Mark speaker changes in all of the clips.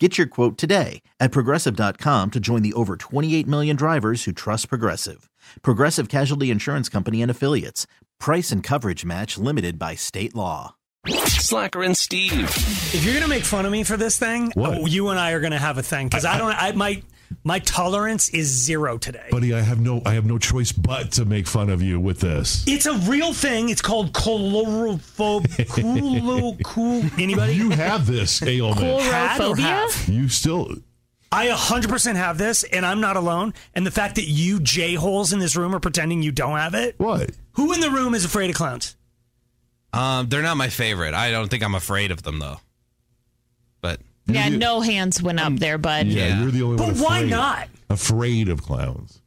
Speaker 1: Get your quote today at progressive.com to join the over 28 million drivers who trust Progressive. Progressive Casualty Insurance Company and Affiliates. Price and coverage match limited by state law.
Speaker 2: Slacker and Steve.
Speaker 3: If you're gonna make fun of me for this thing,
Speaker 4: What?
Speaker 3: you and I are gonna have a thing because I, don't. I my my tolerance is zero today.
Speaker 4: buddy i have no i have no choice but to make fun of you with this
Speaker 3: it's a real thing. It's called colorophobe. cool. Anybody?
Speaker 4: you have this ailment
Speaker 3: Had or
Speaker 5: Chlorophobia?
Speaker 3: have?
Speaker 4: you still
Speaker 3: I 100% have this, and I'm not alone. And the fact that you j holes in this room are pretending you don't have it.
Speaker 4: what
Speaker 3: Who in the room is afraid of clowns?
Speaker 6: Um, they're not my favorite. I don't think I'm afraid of them though. But
Speaker 5: Yeah,
Speaker 4: You-
Speaker 5: no hands went up there, bud.
Speaker 4: yeah,
Speaker 6: Yeah.
Speaker 4: you're the only
Speaker 3: But
Speaker 4: one
Speaker 3: why
Speaker 4: afraid-
Speaker 3: not?
Speaker 4: afraid of clowns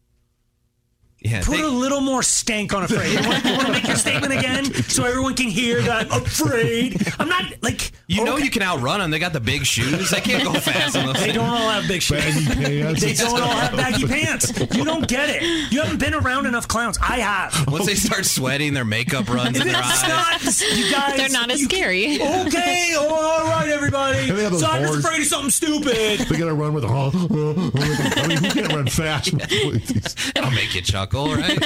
Speaker 6: yeah,
Speaker 3: Put
Speaker 6: they-
Speaker 3: a little more stank on afraid. You want, to make your statement again so everyone can hear that I'm afraid. I'm not like
Speaker 6: you know
Speaker 3: okay.
Speaker 6: you can outrun them. They got the big shoes. They can't go fast on those
Speaker 3: They
Speaker 6: things.
Speaker 3: don't all have big shoes.
Speaker 4: baggy pants
Speaker 3: They don't all have baggy pants. You don't get it. You haven't been around enough clowns. I have.
Speaker 6: Once they start sweating, their makeup runs in their
Speaker 3: That's
Speaker 6: eyes.
Speaker 3: not, you guys.
Speaker 5: They're not as
Speaker 3: you-
Speaker 5: scary.
Speaker 3: Okay, all right, everybody.
Speaker 4: And they have those
Speaker 3: So I'm just
Speaker 4: horns.
Speaker 3: afraid of something stupid.
Speaker 4: they gotta run with a I mean, who can't run fast? with these?
Speaker 6: That'll make you chuckle, right?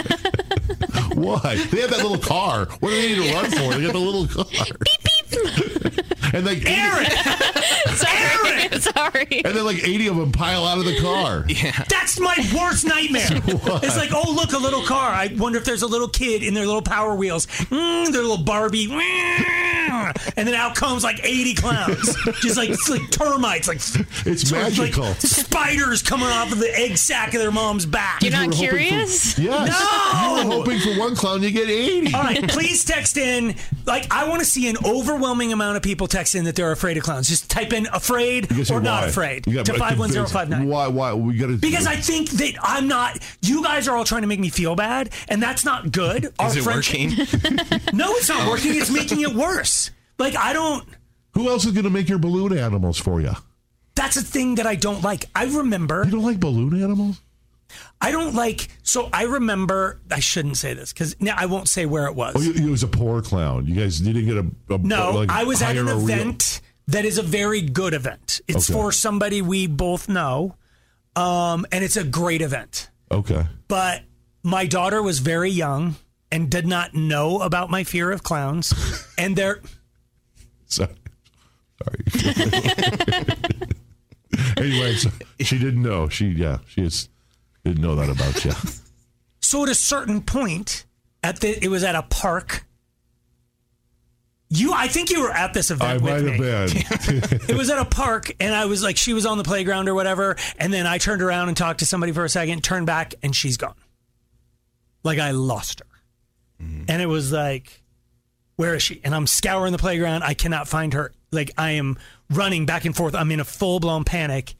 Speaker 4: Why? They have that little car. What do they need to run for? They got the little car. and like 80,
Speaker 3: Aaron,
Speaker 5: Sorry. Sorry.
Speaker 4: and then like eighty of them pile out of the car.
Speaker 3: that's my worst nightmare. It's like, oh look, a little car. I wonder if there's a little kid in their little Power Wheels, mm, their little Barbie, and then out comes like 80 clowns, just like it's like termites, like
Speaker 4: It's
Speaker 3: sort of like
Speaker 4: magical.
Speaker 3: spiders coming off of the egg sack of their mom's back.
Speaker 5: You're
Speaker 4: You
Speaker 5: not
Speaker 4: were hoping for- yes.
Speaker 5: curious?
Speaker 4: You were
Speaker 3: No!
Speaker 4: hoping for one clown, you get eighty.
Speaker 3: All right, please text in. Like, I want to see an overwhelming amount of people text in that they're afraid of clowns. Just type in afraid
Speaker 4: You gotta say
Speaker 3: or not
Speaker 4: why.
Speaker 3: afraid
Speaker 4: You
Speaker 3: to
Speaker 4: gotta convince-
Speaker 3: 510599.
Speaker 4: Why? Why? We got to
Speaker 3: Because I think that I'm not, you guys are all trying to make me feel bad, and that's not good. Our
Speaker 6: Is it
Speaker 3: friendship-
Speaker 6: working? Oh.
Speaker 3: No, it's not working. It's making it worse. Like, I don't.
Speaker 4: Who else is going to make your balloon animals for you?
Speaker 3: That's a thing that I don't like. I remember.
Speaker 4: You don't like balloon animals?
Speaker 3: I don't like. So I remember. I shouldn't say this because now I won't say where it was.
Speaker 4: Oh, you, you was a poor clown. You guys didn't get a, a
Speaker 3: No,
Speaker 4: like,
Speaker 3: I was at
Speaker 4: hire
Speaker 3: an
Speaker 4: a real-
Speaker 3: event that is a very good event. It's
Speaker 4: Okay.
Speaker 3: for somebody we both know, um, and it's a great event.
Speaker 4: okay,
Speaker 3: But my daughter was very young and did not know about my fear of clowns, and there.
Speaker 4: so, sorry. anyway, so she didn't know. She yeah, she is, didn't know that about you.
Speaker 3: So at a certain point, at the it was at a park. You, I think you were at this event
Speaker 4: I
Speaker 3: with
Speaker 4: might
Speaker 3: me.
Speaker 4: have been.
Speaker 3: it was at a park and I was like, she was on the playground or whatever. And then I turned around and talked to somebody for a second, turned back and she's gone. Like I lost her.
Speaker 4: Mm-hmm.
Speaker 3: And it was like, where is she? And I'm scouring the playground. I cannot find her. Like I am running back and forth. I'm in a full blown panic.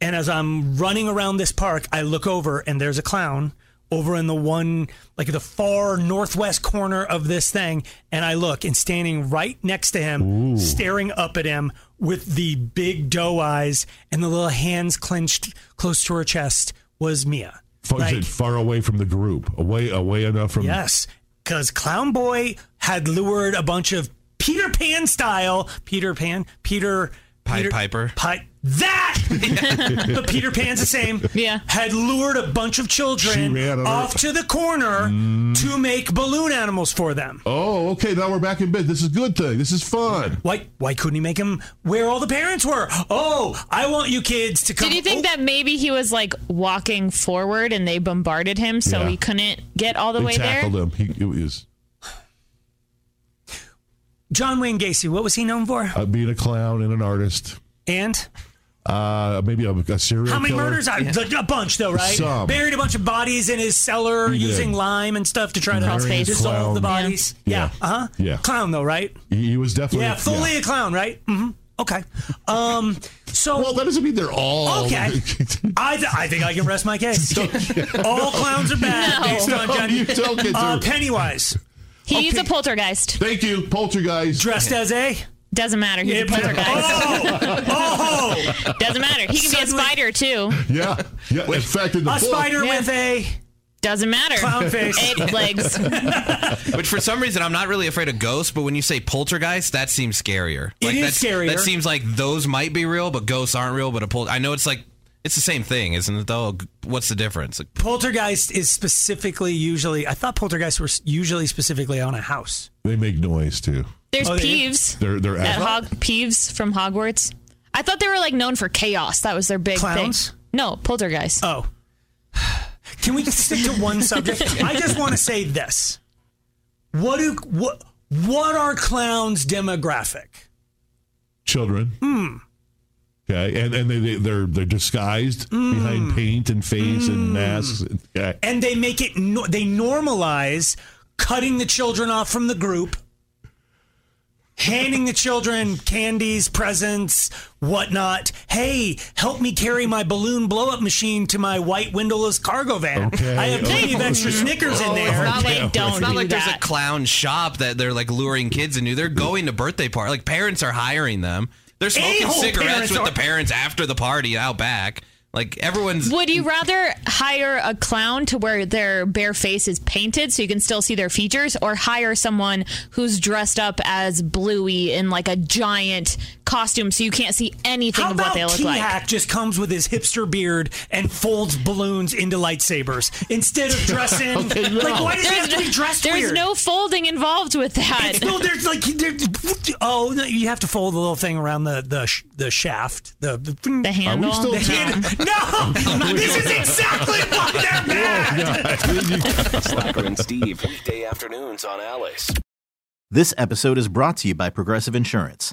Speaker 3: And as I'm running around this park, I look over and there's a clown over in the one, like the far northwest corner of this thing. And I look and standing right next to him, staring up at him with the big doe eyes and the little hands clenched close to her chest was Mia.
Speaker 4: Far,
Speaker 3: Like-
Speaker 4: is it far away from the group, away away enough from.
Speaker 3: Yes, because Clown Boy had lured a bunch of Peter Pan style Peter Pan Peter
Speaker 6: Pied
Speaker 3: Peter-
Speaker 6: Piper.
Speaker 3: Pi- that, but Peter Pan's the same.
Speaker 5: Yeah.
Speaker 3: had lured a bunch of
Speaker 4: She
Speaker 3: children
Speaker 4: ran on her-
Speaker 3: off to the corner to make balloon animals for them.
Speaker 4: Oh, okay. Now we're back in bed. This is a good thing. This is fun.
Speaker 3: Why? Why couldn't he make him where all the parents were? Oh, I want you kids to come.
Speaker 5: Did you think
Speaker 3: oh,
Speaker 5: that maybe he was like walking forward and they bombarded him so
Speaker 4: Yeah.
Speaker 5: he couldn't get all the
Speaker 4: They
Speaker 5: way there?
Speaker 4: tackled him. He it was
Speaker 3: John Wayne Gacy? What was he known for?
Speaker 4: uh, being a clown and an artist.
Speaker 3: And
Speaker 4: Uh, maybe a, a serial
Speaker 3: How many
Speaker 4: killer.
Speaker 3: murders? I, A bunch, though, right?
Speaker 4: Some.
Speaker 3: Buried a bunch of bodies in his cellar
Speaker 4: He did.
Speaker 3: using lime and stuff to try to
Speaker 5: Clown face.
Speaker 3: dissolve
Speaker 4: Clown.
Speaker 3: the bodies.
Speaker 4: Yeah.
Speaker 3: Yeah. Uh huh.
Speaker 4: Yeah.
Speaker 3: Clown, though, right?
Speaker 4: He, he was definitely
Speaker 3: Yeah, fully a clown, right? hmm Okay. Um, so
Speaker 4: Well, that doesn't mean they're all.
Speaker 3: Okay. I, th- I think I can rest my case. All clowns are bad
Speaker 5: No.
Speaker 3: based on
Speaker 4: No,
Speaker 3: Johnny.
Speaker 4: you don't get to-
Speaker 3: Uh, Pennywise
Speaker 5: He's a poltergeist.
Speaker 4: Thank you, poltergeist.
Speaker 3: dressed as a.
Speaker 5: Doesn't matter. He's a poltergeist.
Speaker 3: oh, oh,
Speaker 5: Doesn't matter. He can be a
Speaker 3: Suddenly-
Speaker 5: spider too.
Speaker 4: yeah, yeah. In fact, in the
Speaker 3: a
Speaker 4: book,
Speaker 3: spider
Speaker 5: Yeah.
Speaker 3: with a
Speaker 5: Doesn't
Speaker 3: clown
Speaker 5: matter.
Speaker 3: face. Oh,
Speaker 5: Eight legs.
Speaker 6: Which for some reason I'm not really afraid of ghosts, but when you say poltergeist, that seems scarier.
Speaker 3: It is
Speaker 6: that's,
Speaker 3: scarier.
Speaker 6: That seems like those might be real, but ghosts aren't real. But a pol- I know it's like it's the same thing, isn't it? Though, what's the difference? Like,
Speaker 3: Poltergeist is specifically usually. I thought poltergeists were s- usually specifically on a house.
Speaker 4: they make noise too.
Speaker 5: There's
Speaker 3: Oh, they-
Speaker 5: Peeves.
Speaker 4: They're they're
Speaker 5: That
Speaker 4: as-
Speaker 5: hog Peeves from Hogwarts. I thought they were like known for chaos. That was their big
Speaker 3: Clowns?
Speaker 5: thing. No, poltergeist.
Speaker 3: Oh. Can we just stick to one subject? I just want to say this. What do what what are clowns demographic?
Speaker 4: children.
Speaker 3: Hmm.
Speaker 4: Okay, and and they, they they're they're disguised
Speaker 3: Hmm.
Speaker 4: behind paint and face and masks. Okay.
Speaker 3: and they make it no- they normalize cutting the children off from the group handing the children candies presents whatnot hey help me carry my balloon blow up machine to my white windowless cargo van
Speaker 4: Okay.
Speaker 3: i have plenty of extra snickers in there
Speaker 5: That way,
Speaker 4: Yeah,
Speaker 5: Oh, don't
Speaker 4: it's
Speaker 6: it's not
Speaker 5: do
Speaker 6: like there's a
Speaker 5: that.
Speaker 6: clown shop that they're like luring kids into. They're going to birthday party. Like parents are hiring them. They're smoking
Speaker 3: A-hole parents
Speaker 6: cigarettes with
Speaker 3: are-
Speaker 6: the parents after the party out back. Like everyone's.
Speaker 5: Would you rather hire a clown to where their bare face is painted so you can still see their features, or hire someone who's dressed up as Bluey in like a giant costume so you can't see anything
Speaker 3: how
Speaker 5: of what
Speaker 3: about
Speaker 5: they look like?
Speaker 3: T-Hack just comes with his hipster beard and folds balloons into lightsabers instead of dressing?
Speaker 4: Okay, no.
Speaker 3: Like, why does he have to be dressed
Speaker 5: there's
Speaker 3: weird?
Speaker 5: no folding involved with that.
Speaker 3: It's, no, there's like there's, oh, no, you have to fold the little thing around the the sh- the shaft. The the,
Speaker 5: the handle.
Speaker 4: still
Speaker 5: No.
Speaker 4: talking?
Speaker 3: no, this is exactly why they're bad.
Speaker 2: Slacker and Steve. Weekday afternoons on Alice.
Speaker 1: This episode is brought to you by Progressive Insurance.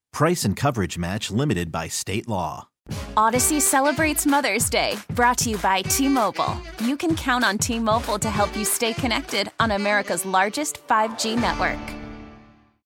Speaker 1: Price and coverage match limited by state law.
Speaker 7: Odyssey celebrates Mother's Day, brought to you by T Mobile. You can count on T Mobile to help you stay connected on America's largest 5G network.